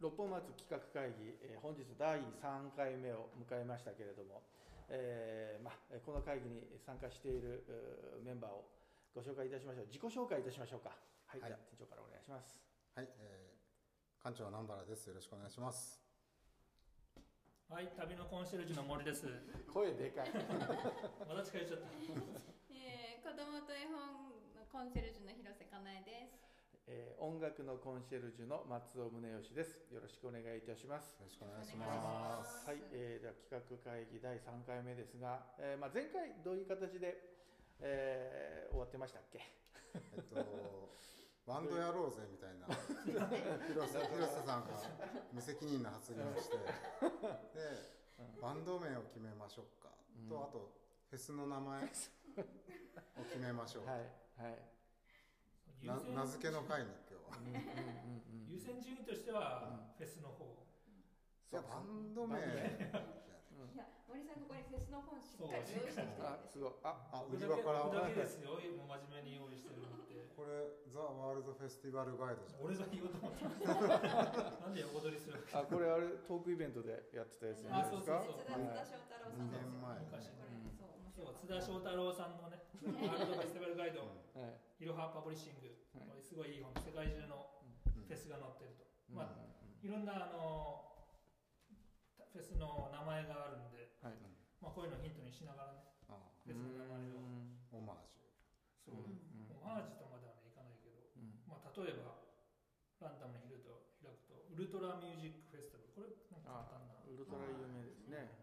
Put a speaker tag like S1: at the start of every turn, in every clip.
S1: 六本松企画会議、えー本日第3回目を迎えましたけれども、えーまあ、えーこの会議に参加しているうーメンバーをご紹介いたしましょう自己紹介いたしましょうかはい、じ
S2: はい
S1: ゃあ店長からお願いします
S2: はい、えー、館長南原です。よろしくお願いします。
S3: はい、旅のコンシェルジュの森です。
S1: 声でかい
S3: また近寄っちゃった。
S4: えー、子供と絵本のコンシェルジュの広瀬かなえです。
S1: えー音楽のコンシェルジュの松尾宗義ですよろしくお願いいたします
S2: よろしくお願いし
S4: お願いし
S2: ま。
S4: ますす
S1: はい、えーでは企画会議第3回目ですが、えーまあ、前回どういう形で、えー終わってましたっけ
S2: えっと、バンドやろうぜみたいな、広瀬広瀬さんが無責任な発言をして、で、バンド名を決めましょうかと、あと、フェスの名前を決めましょう。
S1: はいはい
S3: 優
S2: な
S3: 先
S2: 名付けの会に今日は。
S3: 優先順位としては、フェスの方。
S2: いや、バンド名
S4: いや、森さんここにフェスの本しっかり
S3: そう
S4: 用意してきてるん
S1: あ
S4: です。
S1: すごいあ
S2: あ、売
S3: 僕
S2: り
S3: だ
S2: 場
S3: け
S2: から
S3: 僕だけですよ。もう真面目に用意してるのって。
S2: これ、ザ・ワールドフェスティバルガイドじゃん。
S3: 俺が言おうと思った。なんで横取りするわけ。
S1: あこれあれトークイベントでやってたやつじゃないです
S3: あ
S1: か
S3: そうそう
S4: 津田津田翔太郎さんですよ。
S2: 二年前
S4: これ、そう、面
S3: 今日
S4: 白。
S3: はい津田翔太郎さんのね、ワールドフェスティバルガイド、
S1: はい
S3: いろはパブリッシング、
S1: はい
S3: これすごいいい本、世界中のフェスが載ってると。
S1: うん
S3: まあ、いろんなあのフェスの名前があるんで、
S1: はい
S3: まあ、こういうのをヒントにしながらね、
S2: あ
S3: フェスの名前を。
S1: うん
S2: オマージ
S3: そう、オマージュとまではねいかないけど、
S1: うん
S3: まあ、例えばランダムに開くと開くとウルトラミュージックフェスティバルこれなんか簡単だ
S1: あウルトラ有名ですね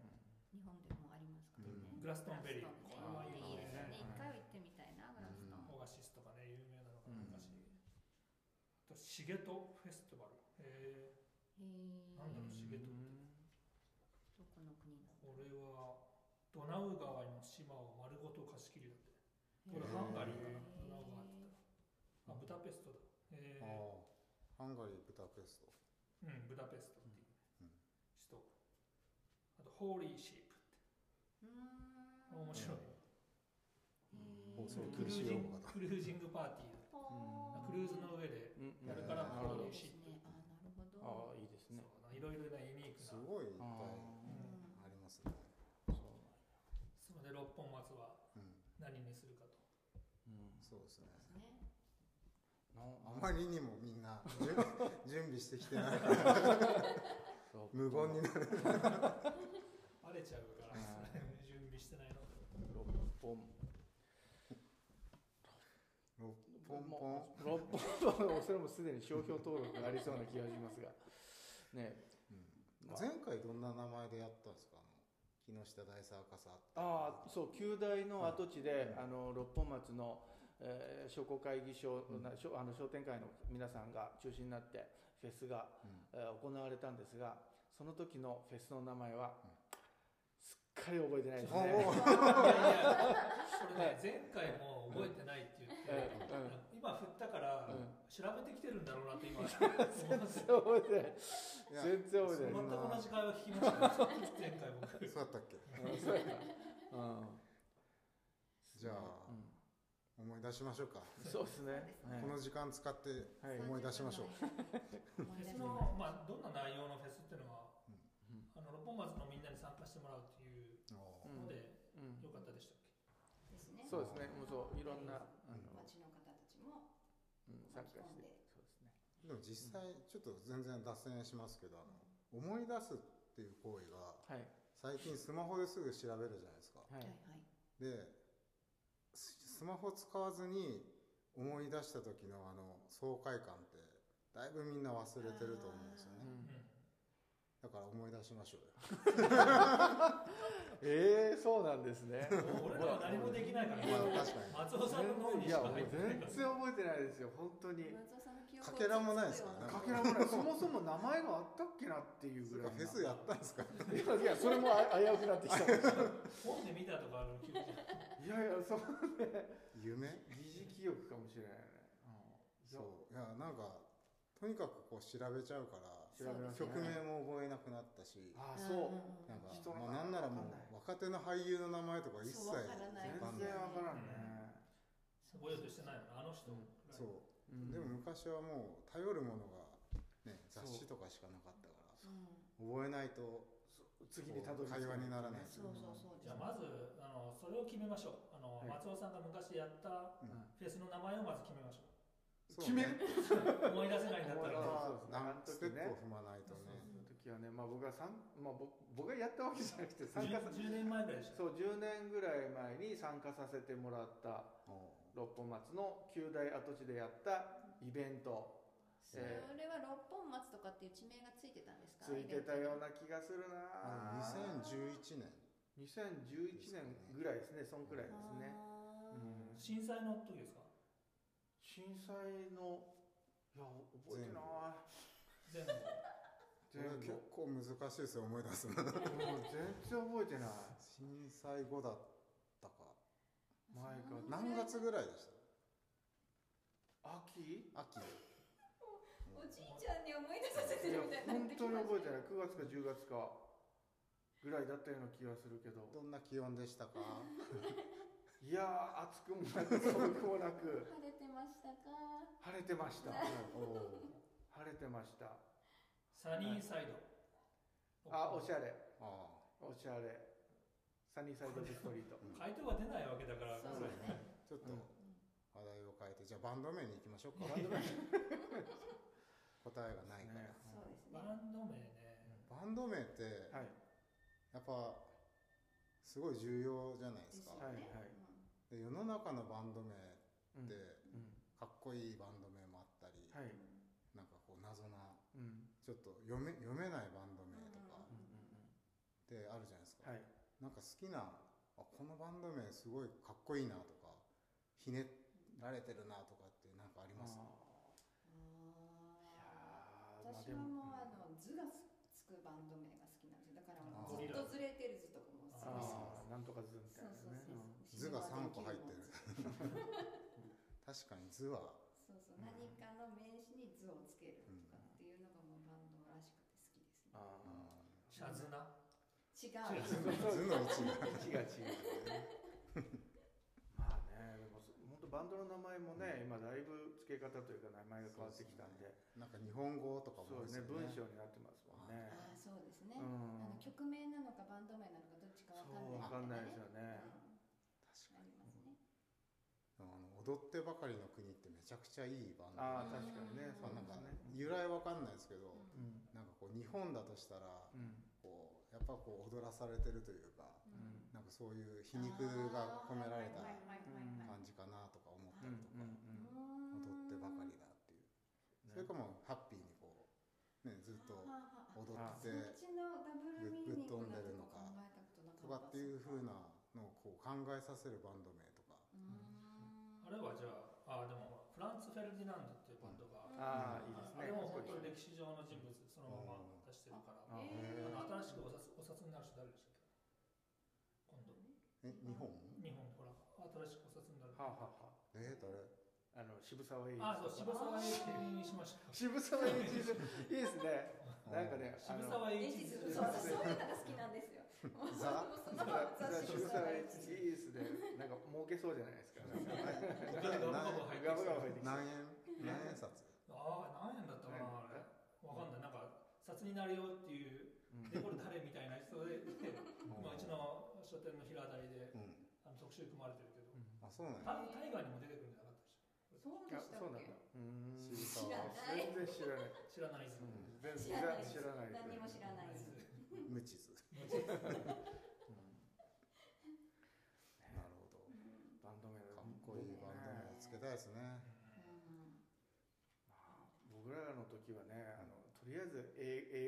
S4: 日本でもありますからね。
S3: グラストンベリー
S4: グ
S3: こ
S4: ラ
S3: れ
S4: ストン
S3: はい
S4: ベ
S3: い
S4: リーい
S3: よ
S4: いですね。
S3: ね、
S4: 一回は行ってみたいな、グラストン。
S3: オアシスとかね有名なの
S1: う
S3: かなん昔、あとシゲトフェスティバルえ
S4: へー
S3: なんだろうシゲトって
S4: どこの国なの
S3: これはドナウ川の島を丸ごと貸し切りだってこれ
S2: へー
S3: ハンガリーがドナウ川って言ったらあブダペストだえ
S2: ュ。
S3: ー
S2: ああ、ハンガリー・ブダペスト。
S3: うん、ブダペストっていう
S2: うん
S3: 首都、あとホーリーシープって
S4: うーん。
S3: 面白い、
S2: 放送
S3: ク
S2: 禁止
S3: ルージ
S2: 用
S3: ン
S2: 語
S3: グ
S2: だ。
S3: クルージングパーティー
S4: ほー
S3: クルーズの上で
S1: うんうん
S3: やるから
S2: な
S3: ホ
S2: るほど
S3: ー
S4: い
S3: リ
S4: いです
S3: ーシープ
S4: ね。あ、なるほど。
S1: ああいいですね
S3: そういろいろなユニーク
S2: す
S3: な
S2: ごいいっぱ
S1: あ
S2: い
S4: うん
S2: ありますね。
S1: あそう
S3: それで六本松は
S2: うん、
S3: 何にするかと
S1: うん
S2: そうですね。
S4: ですね。
S1: な
S2: あまりにもみん な準準備してきてない。
S1: そう
S2: 無言になる。
S3: バレちゃうから 準備してないの
S1: 六本
S2: 六ポンポン。
S1: 六本それもすでに商標登録がありそうな気がしますがねまあ
S2: 前回どんな名前でやったんですか。あの木下大サーカスあった。
S1: ああそう旧大の跡地で、あの六本松の、えー商工会議所、なしょあの商店会の皆さんが中心になってフェスが、えー行われたんですがその時のフェスの名前は、すっかり覚えてないですね。
S2: おお
S3: いやいやこれね前回も覚えてないって言って
S1: うんうん
S3: 今振ったから調べてきてるんだろうなって今
S1: 覚えてない
S2: いや
S1: 全然覚えて
S3: 全
S1: ない
S3: く
S2: そんな
S3: 同じ会話聞きましたね前回僕
S2: そうだったっけ。
S1: うんそうやなうん
S2: じゃあ、思い出しましょうか。
S1: そうですね、
S2: こ
S1: は
S2: の時間使って
S1: はい
S2: 思い出し ましょう。
S4: 思い
S3: フ
S4: 出
S3: ェ
S4: し
S3: ス
S4: ま
S3: の、まあ、どんな内容のフェスっていうのは、あの六本松のみんなに参加してもらうっていう
S1: う
S2: おー
S1: ん
S3: ので、
S1: うん
S3: よかったでしたっけ、
S4: すですね。
S1: い、そうですねもうそういろんなあの、
S4: 町の方たちも
S1: うん、参加してそうですね
S2: でも実際ちょっと全然脱線しますけど、あの思い出すっていう行為が
S1: はい
S2: 最近スマホですぐ調べるじゃないですか。
S1: は
S4: はい
S1: い
S4: はい
S2: でススマホ使わずに思い出した時のあの爽快感ってだいぶみんな忘れてると思うんですよ
S1: う
S2: ね
S1: ん
S3: うん
S2: だから思い出しましょうよ
S1: ええそうなんですね。
S3: もう俺らは何もできないから、
S2: まあ確かに
S3: 松尾さんの脳に
S1: い
S3: し
S1: や、
S3: か
S1: もう
S3: 入ってない
S1: 全
S3: か
S1: 然
S3: ら
S1: 覚えてないですよ、本当に。
S4: 松尾さんの記憶を
S2: かけらもないですからね
S1: かけらもない、そもそも名前があったっけなっていう
S2: そ
S1: ぐ
S2: れ
S1: ら
S2: か
S1: いな。
S2: フェスやったんですか
S1: いや、いや、それもあ危うくなってきた。
S3: 本で見たとかある記憶じゃん
S1: いやいや、その
S2: 夢
S1: 疑似記憶かもしれないね。うん
S2: そういやなんかとにかくこう調べちゃうから
S1: 調べましたね
S2: 曲名も覚えなくなったし
S1: あ、そう。
S2: なんか
S1: 人の名前
S2: もうなんならも
S1: わかんな
S2: う若手の俳優の名前とか一切
S4: そうわからない
S2: わかん
S1: 全
S2: ない
S1: 然わからんね。
S3: 覚えようとしてないのあの人、
S2: そう、
S1: うん
S2: でも昔はもう頼るものが、ね、雑誌とかしかなかったから
S5: うん
S2: 覚えないと
S1: 次にたどり着
S2: 会話にならない
S5: そうそうそう
S3: じゃあまずあのそれを決めましょうあの、
S1: はい
S3: 松尾さんが昔やった
S2: うん
S3: フェスの名前をまず決めましょう
S2: そう
S1: 決める
S2: ね
S3: 思い出せないんだっ
S2: こ
S3: た
S2: れ
S3: らね
S2: は何
S1: そうそ
S2: ステ
S1: う
S2: ップを踏まないとね
S1: その時はね、まあ、僕は参、まあ、僕僕がやったわけじゃなくて参加さ
S3: 10, 10年前ぐらいでしょ
S1: そう10年ぐらい前に参加させてもらった六本松の旧大跡地でやったイベント
S4: それは六本松とかっていう地名がついてたんですか
S1: ついてたような気がするな
S2: あの2011年
S1: 2011年ぐらいですねそんくらいですね、
S4: あー
S1: うん、
S3: 震災の時ですか
S1: 震災のいや覚えてない
S3: 全部
S2: これ結構難しいですよ思い出すの
S1: もう全然覚えてない
S2: 震災後だったか
S1: 前か
S4: そんな
S2: 何月ぐらいでし
S1: 秋
S2: た秋
S4: おじいちゃんに思い出させて
S1: いや
S4: るみたいになって
S1: 本
S4: き
S1: 当に
S4: ま
S1: 覚
S4: し
S1: え
S4: て
S1: ない9月か10月かぐらいだったような気がするけど
S2: どんな気温でしたか
S1: いやー暑くもなく寒くもなく
S4: 晴れてましたか
S1: 晴れてました
S2: お
S1: 晴れてました
S2: お
S3: サニーサイド、
S1: あおしゃれ
S2: あ
S1: おしゃれサニーサイドストリート
S3: 回答が出ないわけだから
S4: そう
S3: こ
S4: で
S3: れ
S4: すね
S2: あちょっと
S1: うん
S2: 話題を変えてじゃあバンド名に行きましょうか答えがないか
S1: ね
S2: ら、
S4: そうですね
S3: バンド名ね
S2: バンド名って
S1: はい
S2: やっぱすごい重要じゃないですか、
S1: はいはい
S2: で世の中のバンド名っ
S1: うん
S2: て
S1: うん
S2: かっこいいバンド名もあったり、
S1: はい
S2: なんかこう謎な
S1: うんうん
S2: ちょっと読め読めないバンド名とか
S1: うん
S2: ってあるじゃないです
S1: うんは
S2: か、
S1: い
S2: なんか好きなあこのバンド名すごいかっこいいなとかひねられてるなとかってなんかあります
S1: あ
S5: あ
S1: いやー
S5: ー私はもうあの図がつくバンド名が好きなんですよだからもうずっとずれてる図とかも
S1: ー
S5: 好
S3: あ
S5: きです
S1: あーなんとか図みたい
S5: そう
S1: なね
S5: そうそ
S2: 図
S5: うそう
S2: が3個入ってる確かに図は
S5: そうそう何かの名詞に図をつけるとかっていうのがもうバンドらしくて好きですね
S1: あ
S3: シャズナ
S5: 違
S1: ー
S5: う
S1: 図の
S2: 図の位置が
S1: 位 置が違うねまあねでも本当バンドの名前もね今だいぶ付け方というか名前が変わってきたんで
S2: なんか日本語とか
S1: そ
S2: も
S1: う
S2: 多い
S1: ね
S2: ですよ
S1: 文章になってますもんね
S5: ああそうですね、
S1: うん
S5: あの曲名なのかバンド名なのかどっちかわか
S1: そ
S5: ん
S1: う
S5: ない
S1: わかんないですよ
S5: うん
S1: ね
S2: 確
S5: ありますね
S2: かにあの踊ってばかりの国ってめちゃくちゃいいバンド
S1: ああ
S2: 名
S1: 確かにね
S2: ま
S1: そ
S2: あ
S1: う
S2: な
S1: なんん
S2: か
S1: ですね
S2: 由来わかんないですけど、
S1: う
S5: うん
S2: なんかこう日本だとしたら
S1: うん
S2: こうやっぱこう踊らされてるというか
S1: う
S5: うん
S1: ん
S2: なんかそういう皮肉が込められた
S5: あーはいはいはいはいはい
S2: 感じかなとか思った
S1: う
S2: り
S1: んう
S2: とか、
S1: んうん
S2: 踊ってばかりだっていう、それかもうハッピーにこうねずっと
S5: はあはあ
S2: 踊
S1: あ
S2: って
S5: そっちのダブルミーニングなとこ考えた
S2: と
S5: ことなかった
S2: かっていう風なのをこう考えさせるバンド名とか
S5: うーん
S3: あれはじゃああでもフランツ・フェルディナンドっていうバンドが、
S1: ああ
S5: うん
S1: いいです
S3: あれ
S1: ね
S3: も本当に歴史上の人物そのまま出してるから、
S1: あ
S5: え
S2: へ
S5: ー
S3: あの新しくお札お札になる人誰でしたっけ今度
S2: え日本
S3: 日本ほら新しくお札になる
S1: はあは
S2: えー、誰
S1: あはああの渋沢栄一
S3: あそう渋沢栄一にしました
S1: 渋沢栄一図いいですねなんかねあ
S3: 渋
S1: の
S3: 沢栄
S5: エイ
S3: 一
S5: ジズ
S3: 図
S5: そう私そういうのが好きなんですよ
S2: ザ
S5: そ
S1: だ
S5: の
S1: からだから
S5: 雑誌
S1: 渋
S5: の
S1: 沢栄一いいですねなんか儲けそうじゃないですかなんか
S3: ガブガブ入ってきた
S1: ガブガブ入ってきた
S2: 何円何円札
S3: ああ何円だったかなあれわかんないなんか札になるよっていう
S1: うん
S3: でこれ誰みたいな人でまあうちの書店の平台で
S2: うん
S3: あの特集組まれてるけど
S2: あそうなんや
S3: タイタイガーにも出てくるんじゃなかったでし
S5: そうで
S1: あ
S5: したっ
S1: そうなんだ
S5: け
S1: うーん
S2: 渋
S1: 全
S2: 沢
S5: 知らない
S1: 然知らない全然
S2: うん
S3: ょ知らないです、
S5: 知
S1: 知
S5: ら
S1: ら
S5: な
S1: ないい
S5: で
S1: です
S5: す何にも知らないです
S2: 無地図
S1: うん
S2: なるほど
S5: うん
S1: バンド名
S2: かっこいいバンド名をつけたいですね
S1: 僕らの時はねあのとりあえ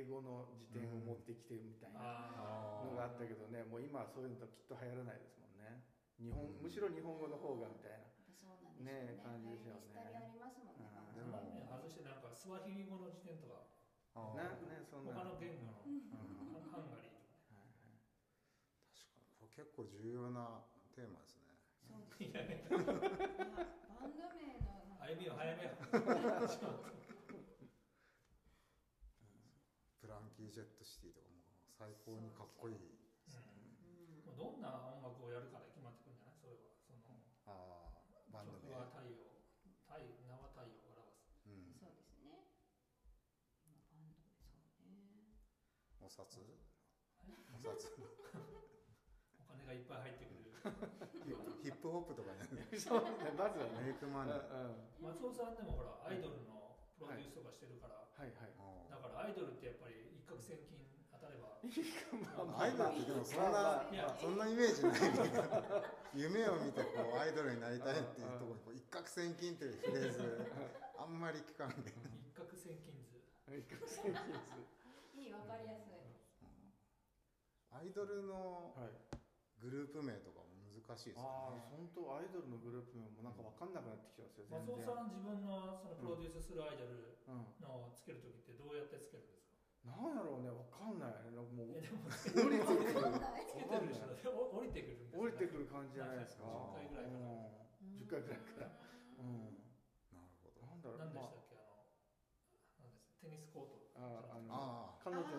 S1: ず英英語の辞典を持ってきてみたいな
S3: あ
S1: のがあったけどねもう今はそういうのときっと流行らないですもんね日本むしろ日本語の方がみたいな
S5: そうなんですよ
S1: ねえ感じですよね
S5: 流行り廃りありますもんね
S1: うん
S5: バン
S2: で
S3: で
S5: ド
S3: も
S2: も
S3: 外してなんかスワヒリ語の辞典とか
S2: あー
S1: なねそんな
S3: 他の言語の
S1: うん
S3: ハンハンガリーとか
S1: はいはい
S2: 確かにこれ結構重要なテーマですね
S5: そうです
S3: ねいやいや
S5: バンド名のなんか
S3: 歩みを早めよ
S2: プランキー・ジェット・シティとかもう最高にかっこいい
S3: うん
S5: うん
S3: もうどんな音楽をやるかで決まってくるんじゃないそれはその
S2: あーバンド
S3: 曲
S2: 名
S3: は太陽太名は太陽を表す
S2: うん
S5: そうですね。まあバンドでそ
S2: 札
S5: う
S2: お札
S3: お金がいっぱい入ってくる。
S2: ヒップホップとかね
S1: そうねまずはね
S2: メイクマ
S1: うん
S2: ネ
S1: うん
S2: ー
S3: 松尾さんでもほら、アイドルのプロデュースとかしてるから、
S1: はいはい
S2: も
S3: だからアイドルってやっぱり一攫千金当たれば、
S1: まあ
S2: う
S1: まあ
S2: アイドルってでもそん
S1: まあ
S2: な
S1: まあ
S2: そんなイメージないけど夢を見てこうアイドルになりたいっていうところにこう一攫千金というフレーズあんまり聞かんで、ね、
S3: 一攫千金図。
S1: 一攫千金です
S5: いい、わかりやすい。
S2: アイドルの
S1: はい
S2: グループ名とかも難しいですよ
S1: ああ
S2: ね
S1: 本当アイドルのグループ名もなんかわかんなくなってきてますよ全
S3: 松尾
S1: 然、
S3: さん、自分のそのプロデュースするアイドル
S1: うん、
S3: のをつけるときってどうやってつけるんですか
S1: なんやろうねわかんないなんかもう
S3: えでもつ
S1: 降りてくる
S3: けてる人でお降りてく
S1: 降りてく
S3: るんです
S1: る感
S3: る。
S1: じじゃないですか
S2: 10回
S3: ぐらいかな
S1: うん10回ぐらいからうんなんだろうま
S2: なるほど
S3: 何でしたっけあの、なんですテニスコート。
S1: あああの
S2: あ
S1: 彼女の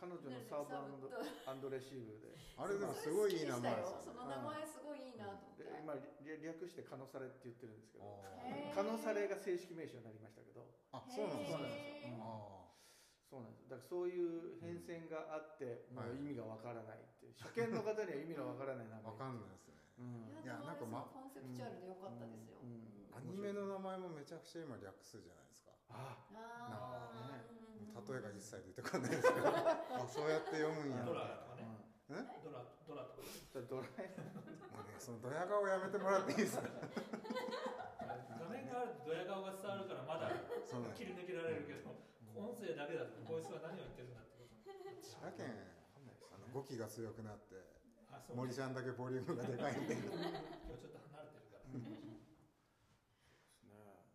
S1: 彼女のサーブアンド
S5: の
S1: アンドレシーブで
S2: ああれでもすごいいい名前です
S5: そ
S2: よね
S5: の名前すごいいいなと思って。
S1: で今り略してカノサレって言ってるんですけど
S5: へー
S1: カノサレが正式名称になりましたけど
S2: ああそうなんです
S1: そうなんですようんそうなんで
S2: ねあ
S1: すだからそういう変遷があって、
S2: うん
S1: も
S2: は
S1: う
S2: い
S1: 意味がわからないっていう初見の方には意味がわからないな
S2: あわかんないですね
S1: うん
S5: いや、なんか、ま、コンセプチュアルで良かったですよ。
S1: うん
S2: アニメの名前もめちゃくちゃ今略すじゃないですか
S1: あ
S5: ああ、
S2: 例えが一切出てこないですけど あそうやって読むんや
S3: ド
S2: みたい
S3: ラとか
S1: うん
S3: ね。ドラ、ドラとか。
S1: だからドラえ
S2: なもうねそのドヤ顔やめてもらっていいですか
S3: 画面があるとドヤ顔が伝わるからまだ
S2: そうなんです
S3: 切り抜けられるけど、音声だけだとこいつは何を言ってるんだってこと。
S2: 千葉県
S1: わかんないです
S2: あ
S1: ね
S2: の語気が強くなって
S3: あ、そう
S2: 森
S3: ね。
S2: ちゃんだけボリュームがでかいんで
S3: 今日ちょっと離れてるから。
S1: ね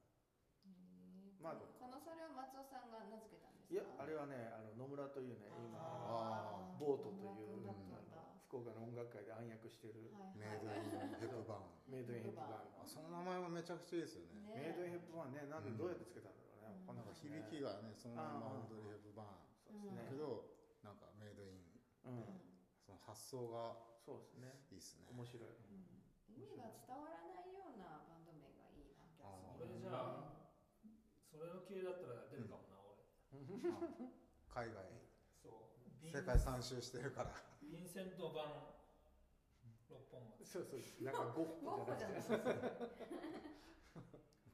S5: まあ、このそれを松尾さんが名付けたんです
S1: い
S5: か。
S1: やあれはねあの野村というね今
S2: あ
S1: ボートという
S5: 音楽だ
S1: あの福岡の音楽界で暗躍している
S2: メイドインヘプバーン
S1: メイドインヘップバ
S2: あその名前もめちゃくちゃいいですよね
S1: ーンメイドインヘップバーンねなんでどうやってつけたんだろうね
S5: うん
S1: わかんなか
S2: なん
S1: った
S2: か響
S1: ね
S2: きがねそのま
S1: うん
S2: まオードリー・ヘプバーン
S1: そうです
S2: だ
S1: ね
S2: けどなんかメイドイン
S1: うん
S2: その発想が
S1: そうですね
S2: いいですね
S1: 面白い
S5: 意味が伝わらないようなバンド名がいいな。
S3: これじゃあ、それの系だったら出るかもな、俺。
S2: あ海外
S3: そう。
S2: 世界三周してるから
S3: ヴィンセント版六本松。
S1: そうそうなんかゴッホ
S5: ゴッホ
S1: じ
S5: じ
S1: ゃな
S5: ゃな
S1: く
S5: い
S1: て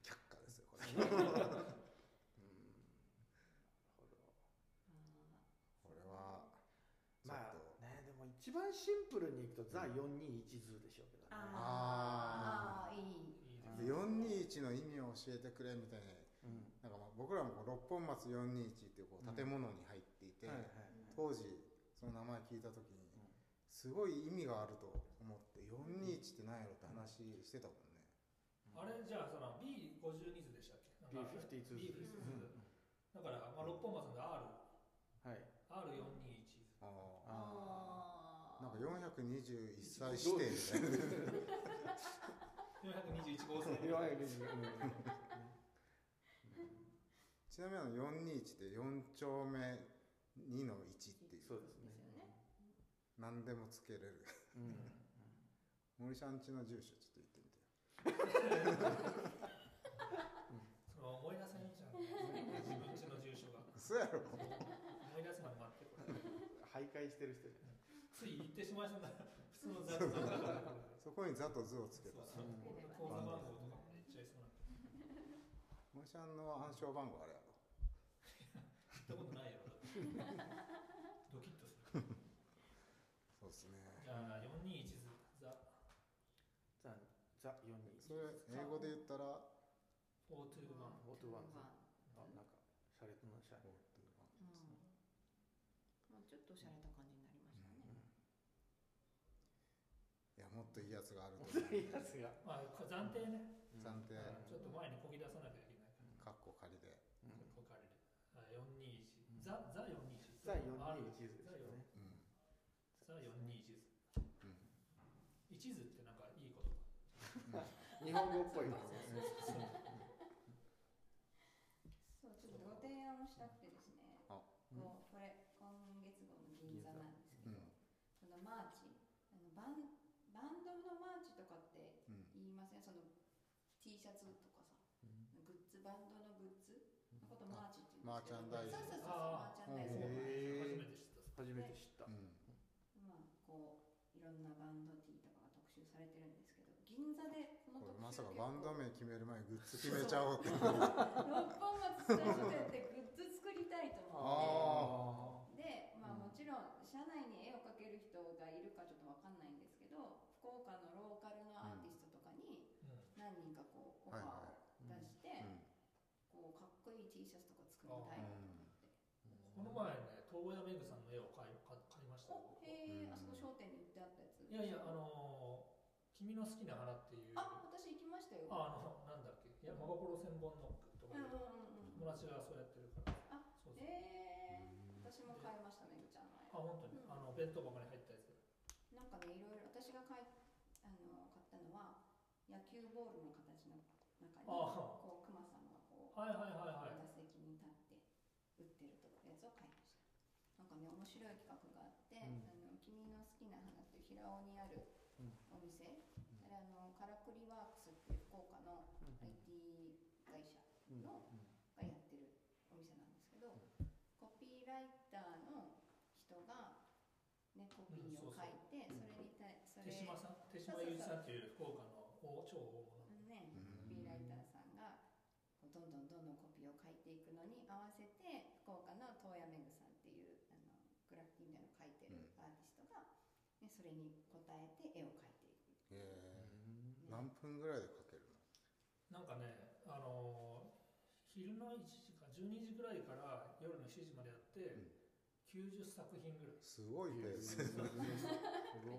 S2: 却下ですよこれ
S1: うん
S2: これはちょっと、
S1: まあねでも一番シンプルにいくとザ421図でしょうけどね
S5: ああ、いい。
S3: いいですね。
S2: 421の意味を教えてくれみたいな
S1: うん
S2: なんかまあ僕らもこう六本松421っていうこう建物に入っていて、
S1: はいはい
S2: 当時その名前聞いた時にすごい意味があると思って421って何やろって話してたもんね、
S3: あれじゃあ、その B52 図でしたっけ
S1: B52 図う
S3: B52 図。
S1: ん
S3: だから、まあ、六本松の R、
S1: はい
S3: R421 図。
S2: ああ
S5: あ
S2: なんか421歳指定みたいな
S3: 421号 線。
S1: 弱いですね
S2: ちなみにあの421って4丁目2の1っていう
S1: そうですね
S2: 何でもつけれる
S1: うん
S2: 森さんちの住所ちょっと言ってみてよ
S3: その思い出せんじゃん、自分家の住所が。
S2: 嘘やろ
S3: 思い出すの待って、こ
S1: 徘
S3: れ。
S1: 徊してる人じ
S3: つい言ってしまいそうな、普通の雑談だから。
S2: そこに「ザ」と「ズ」をつ
S3: そ
S2: け
S3: う
S2: た
S3: そう。口座番号とかも言っちゃいそうな。
S2: 森さんの暗証番号あれやろ
S3: 聞いたことないやろ。ドキッとする。
S2: そうですね
S3: じゃあ、421図。ザ・
S1: ゃんザ421
S2: それ英語で言ったら
S3: 421。
S1: オートワンズあなんか洒落のシャレ
S5: まあ、ちょっとおしゃれた感じになりましたね。
S2: いやもっといいやつがあると 思
S1: いいやつが
S3: まあ、これ暫定ね、
S2: う暫定
S3: ちょっと前にこぎ出さなきゃいけないか
S2: カ
S3: ら。
S2: ッコ仮で
S3: ここからねあ421。ザ・ザ・421。
S1: ザ421
S3: 421
S1: 図ですよね
S2: うん
S3: ザ・421図。
S2: うん
S3: 一図ってなんかいいこと。
S1: 日本語っぽいですね
S5: そう、ちょっとご提案をしたくてですね。
S2: あ
S5: こうこれ、今月号の銀座なんですけ
S2: うん
S5: ど、そのマーチ、あのバンバンドのマーチとかって
S2: うん
S5: 言いません、その T シャツとかさ、グッズ、バンドのグッズのことマーチって言うんですけど、
S2: マーチャンダイズ
S5: そ
S2: へー
S3: あ
S5: うそうそうそう、マーチャンダイズとか。
S3: 初めて知った。
S1: 初めて知った、
S2: うん
S5: まあこういろんなバンドティーとかが特集されてるんですけど銀座でこの
S2: これ
S5: 特集
S2: まさか
S5: 結構
S2: バンド名決める前にグッズ決めちゃおう っていう
S5: 六本松スタジオってグッズ作りたいと思って
S1: あ
S5: で、まあ、
S1: うん
S5: もちろん社内に絵を描ける人がいるかちょっとわかんないんですけど福岡のローカルのアーティストとかに何人かこうオファ
S2: はい
S5: ー
S2: は
S5: を出して、こうかっこいい T シャツとか作りたいな
S3: こ
S5: と思って、
S3: の前ね、東屋メグさんの絵を買い買買いましたよ。
S5: おへえ、
S2: うん
S5: あそこ商店に売ってあったやつ
S3: いやいや、あのー君の好きな花っていう、あ
S5: あ私行きましたよ
S3: あの、なんだっけ、いや、真心千本ノックと
S5: うん
S3: か
S5: う
S3: で、
S5: んうんうん
S3: 友達がそうやってるから。
S5: あ
S3: そうそう。
S5: ええ私も買いましためぐちゃんの絵
S3: あ、本当に、
S5: うん
S3: あの、弁当箱に入ったやつ。
S5: なんかねいろいろ私が買いあの買ったのは野球ボールの形の中に
S3: あ
S5: こうクマさんがこう
S3: はいはいはいはい。
S5: 打席に立って打ってるとやつを買いましたなんかね面白い企画があって
S1: う
S5: 「
S1: ん
S5: あの君の好きな花」っていう平尾にある
S1: うん
S5: お店、あれあのカラクリワークスっていう福岡の
S1: うん
S5: IT 会社
S1: うん
S5: のがやってるお店なんですけど、コピーライターの人が、ね、コピーを書いて、それに対そ
S3: 手
S5: れ
S3: 島さん、手島ゆうじさんっていう福岡の大超大物。
S5: ね、コピーライターさんがこうどんどんどんどんコピーを書いていくのに合わせて福岡の東谷めぐさんっていうあのグラフィティみたいなのを書いてるアーティストが、ね、それに応えて絵を描いていく、
S2: え
S1: う
S2: ー何分ぐらいでかける
S3: なんかね、あのー昼の1時か12時ぐらいから夜の7時までやって、
S2: うん
S3: 90作品ぐ
S2: の
S3: らい
S2: すごいペース
S1: ん
S5: め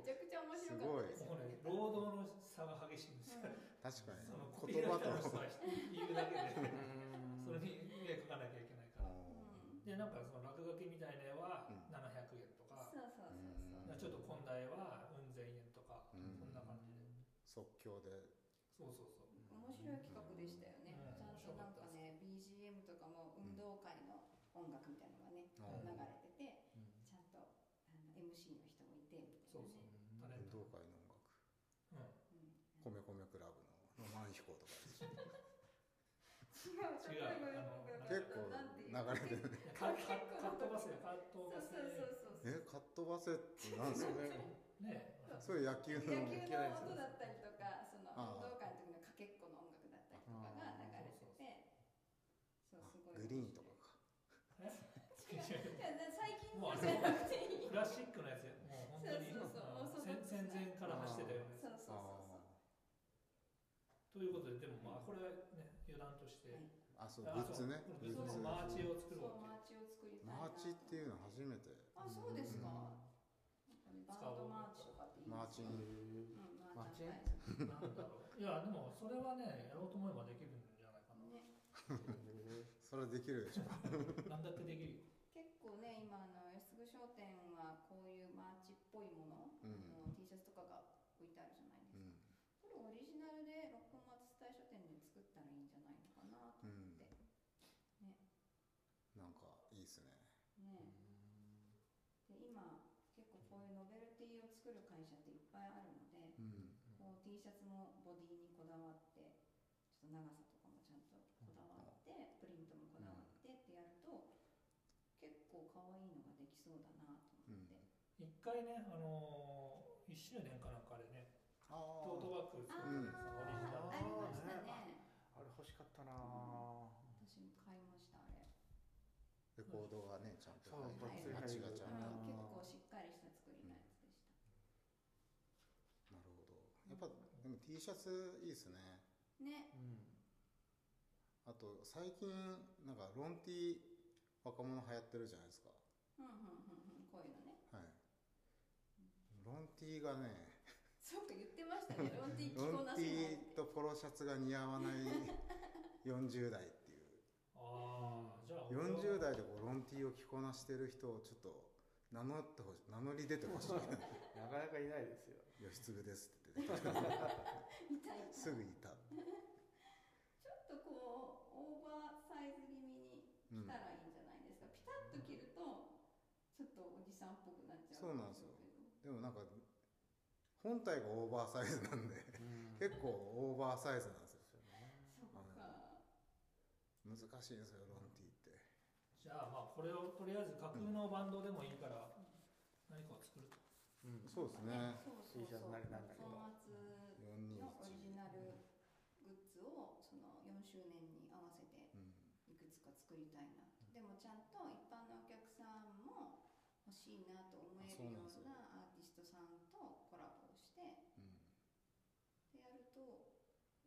S5: ちゃくちゃ面白かっ
S3: もうね
S5: たですよね。
S3: 労働の差が激しいんですよ、
S2: 確か
S3: そのコ
S2: に
S3: ピー
S2: 言葉
S3: ライターの人
S2: と
S3: が言うだけでそ
S1: う
S3: れ
S1: ん
S3: に絵描かなきゃいけないから、
S5: うん
S3: でなんかその落書きみたいな絵
S2: う
S3: は
S2: ん
S3: 700円とか、
S5: そうそうそうそう
S2: うん
S3: ちょっと今度はうん千円とか、
S2: うん
S3: そんな感じで
S2: 即興で
S3: そうそうそう
S5: 面白い企画でしたよ
S3: う
S5: ね、
S3: ん
S5: ちゃんとなんかね BGM とかも運動会の音楽みたいなのがね、
S2: うん
S5: 流れててちゃんとあの MC の人もいてみ
S3: そ
S5: たいなね
S3: うそうタレン
S2: 運
S3: ト、
S2: 動会の音楽
S3: うん
S5: うん
S2: 米米クラブのロマン飛行とかですね
S5: 違う例えばよくわかんない
S2: 結構
S5: なんてい
S2: 流れて
S5: う
S2: るね
S3: カッカットバスやカット
S5: そう
S3: バス
S5: そうそうそう
S2: えカットバセってなんですかね
S3: ね
S2: そういう野球の
S5: 野球の音だったりとかその運動会の時のかけっこの音楽だったりとかが流れててそうすごい
S2: グリーンとかか
S5: 違ういやだ最近
S3: もう
S5: の
S3: あ
S5: じ
S3: れ
S5: ゃなくていい
S3: クラシックのやつやもう本当に
S5: そうそうそ
S3: うん
S5: う
S3: 戦戦前から走ってたよね
S5: そうそうそうそう
S3: ということででもまあこれはね余談として、
S5: はい
S2: あーあそう
S3: あ
S2: グッズね
S3: そう
S2: グ
S3: グッ
S2: ッ
S3: ズ
S2: ズ
S3: のマーチを作
S5: そう
S3: ろうっていう
S5: マーチを
S2: マーチって
S5: 作りたいな
S2: いうの初めて
S5: あそうですか、なんかねバンドマーチとかって言い
S2: マー
S5: ます
S2: チ
S5: よ
S2: ン
S5: ね
S2: グ
S5: うん
S1: マーチン
S5: マーチン
S3: なんだろういやでもそれはねやろうと思えばできるんじゃないかな
S5: ね
S2: それできるでしょ
S3: なんだってできるよ
S5: 結構ね今あの安久商店はこういうマーチっぽいもの,、
S2: うん
S5: あの T シャツとかが置いてあるじゃないで
S2: う
S5: すか、
S2: ん
S5: これオリジナルで六本松大書店で作ったらいいんじゃないのかなと
S2: うん
S5: 思って、
S2: なんかいいですね
S5: ねで今結構こういうノベルティを作る会社っていっぱいあるので
S2: うん
S5: こう T シャツもボディにこだわってちょっと長さとかもちゃんとこだわってプリントもこだわってってやると結構可愛いのができそうだなと思って、
S3: 一回ねあのー、1周年かなんかでね
S2: あ
S3: ト
S2: あ
S3: ートバッグ作
S5: あ
S3: るんですよオリジナル
S5: あーありましたね
S1: あれ欲しかったな
S5: 私も買いましたあれ、はい、
S2: レコードがねちゃんと
S1: そう
S2: 入
S5: バッ
S2: っ
S5: チ
S2: て
S5: リ
S2: ガチガチ
S1: あ入
S2: ゃ
S1: る
S2: んと
S5: 結構しっかりした作りのやつでした、
S2: なるほど。やっぱ、でも T シャツいいですね。
S5: ね
S2: あと、最近、なんか、ロン T 若者流行ってるじゃないですか。
S5: うんうんうんうんこういうのね
S2: はい。ロン T がね、
S5: そうか言ってましたねロンティー着
S2: ロン
S5: こな
S2: T
S5: せない
S2: とポロシャツが似合わない40代っていう。
S3: ああじゃあ
S2: 40代でこうロン T を着こなしてる人をちょっと名乗ってほしい。名乗り出てほしい。
S1: なかなかいないですよ
S2: 吉次ですって出てきた
S5: みたいな
S2: すぐいた。
S5: ちょっとこうオーバーサイズ気味に
S2: うん。
S5: 着 たらいいんじゃないですか、ピタッと着るとちょっとおじさんっぽくなっちゃう
S2: そうなんですよで
S5: けど
S2: もなんか、本体がオーバーサイズなんで、結構オーバーサイズなんですよ。
S5: そっか
S2: 難しいんですよロンティーって
S3: じゃあまあこれをとりあえず架空のバンドでもいいから、何かを作ると。
S1: うん
S2: そうですね
S5: そうそ
S1: T
S5: う
S1: シャ
S5: そ
S1: ツ
S5: う
S1: なりなんだけど
S5: 本末のオリジ
S2: 421
S5: ナルグッズをその4周年に合わせて
S2: うん
S5: いくつか作りたいなとでもちゃんと一般のお客さんも欲しいなと思えるよ
S2: あ
S5: う
S2: そう
S5: なアーティストさんとコラボをして
S2: うん
S5: でやると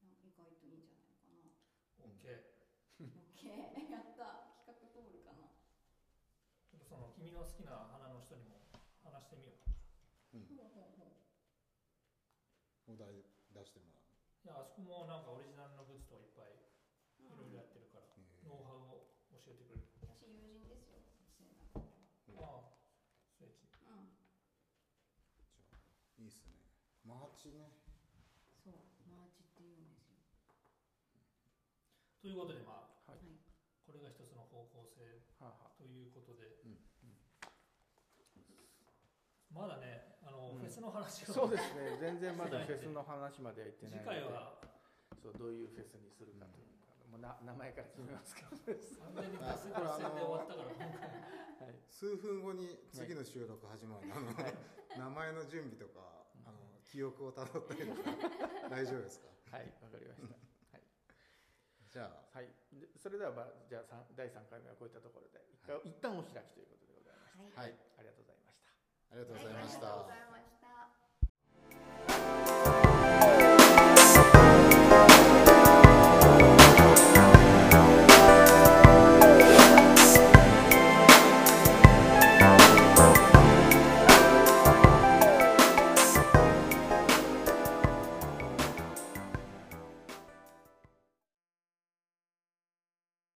S5: なんか意外といいんじゃないかな
S3: OK。
S5: OK やった企画通るかな
S3: ちょっとその君の好きな花の人にも話してみよう。
S5: ほうほうほう
S2: お題出してもらう
S3: いや、あそこもなんかオリジナルのグッズとかいっぱいいろいろやってるから、
S2: えー
S3: ノウハウを教えてくれる。
S5: 私友人ですよそういうの
S3: ああ、スイッチ。
S5: うん
S2: じゃあいいっすねマーチね
S5: そうマーチって言うんですよ
S3: ということで、まあ、
S1: はい
S5: はい
S3: これが一つの方向性
S1: はあは
S3: ということで、
S2: うん
S3: まだね、あ
S1: う
S3: の、
S1: ん
S3: フェスの話
S1: あそう
S3: が、
S1: ですね全然まだフェスの話までは行ってないの
S3: 次
S1: で
S3: 回は
S1: そうどういうフェスにするかというか、もうな名前から決めますけど、
S3: 完全にフェスの宣伝終わったから、今
S1: は
S3: 回
S1: い
S2: 数分後に次の収録始まるの、あの名前の準備とか、あの記憶をたどってとか大丈夫ですか
S1: はい、わかりました。
S2: じゃあ
S1: はい、でそれでは、まあ、じゃあ、さん第3回目はこういったところで、一回、一旦お開きということでございます。
S5: は
S2: は
S5: い
S2: い
S1: ありがとうございました。
S2: ありがとうございました、
S5: ありがとうございました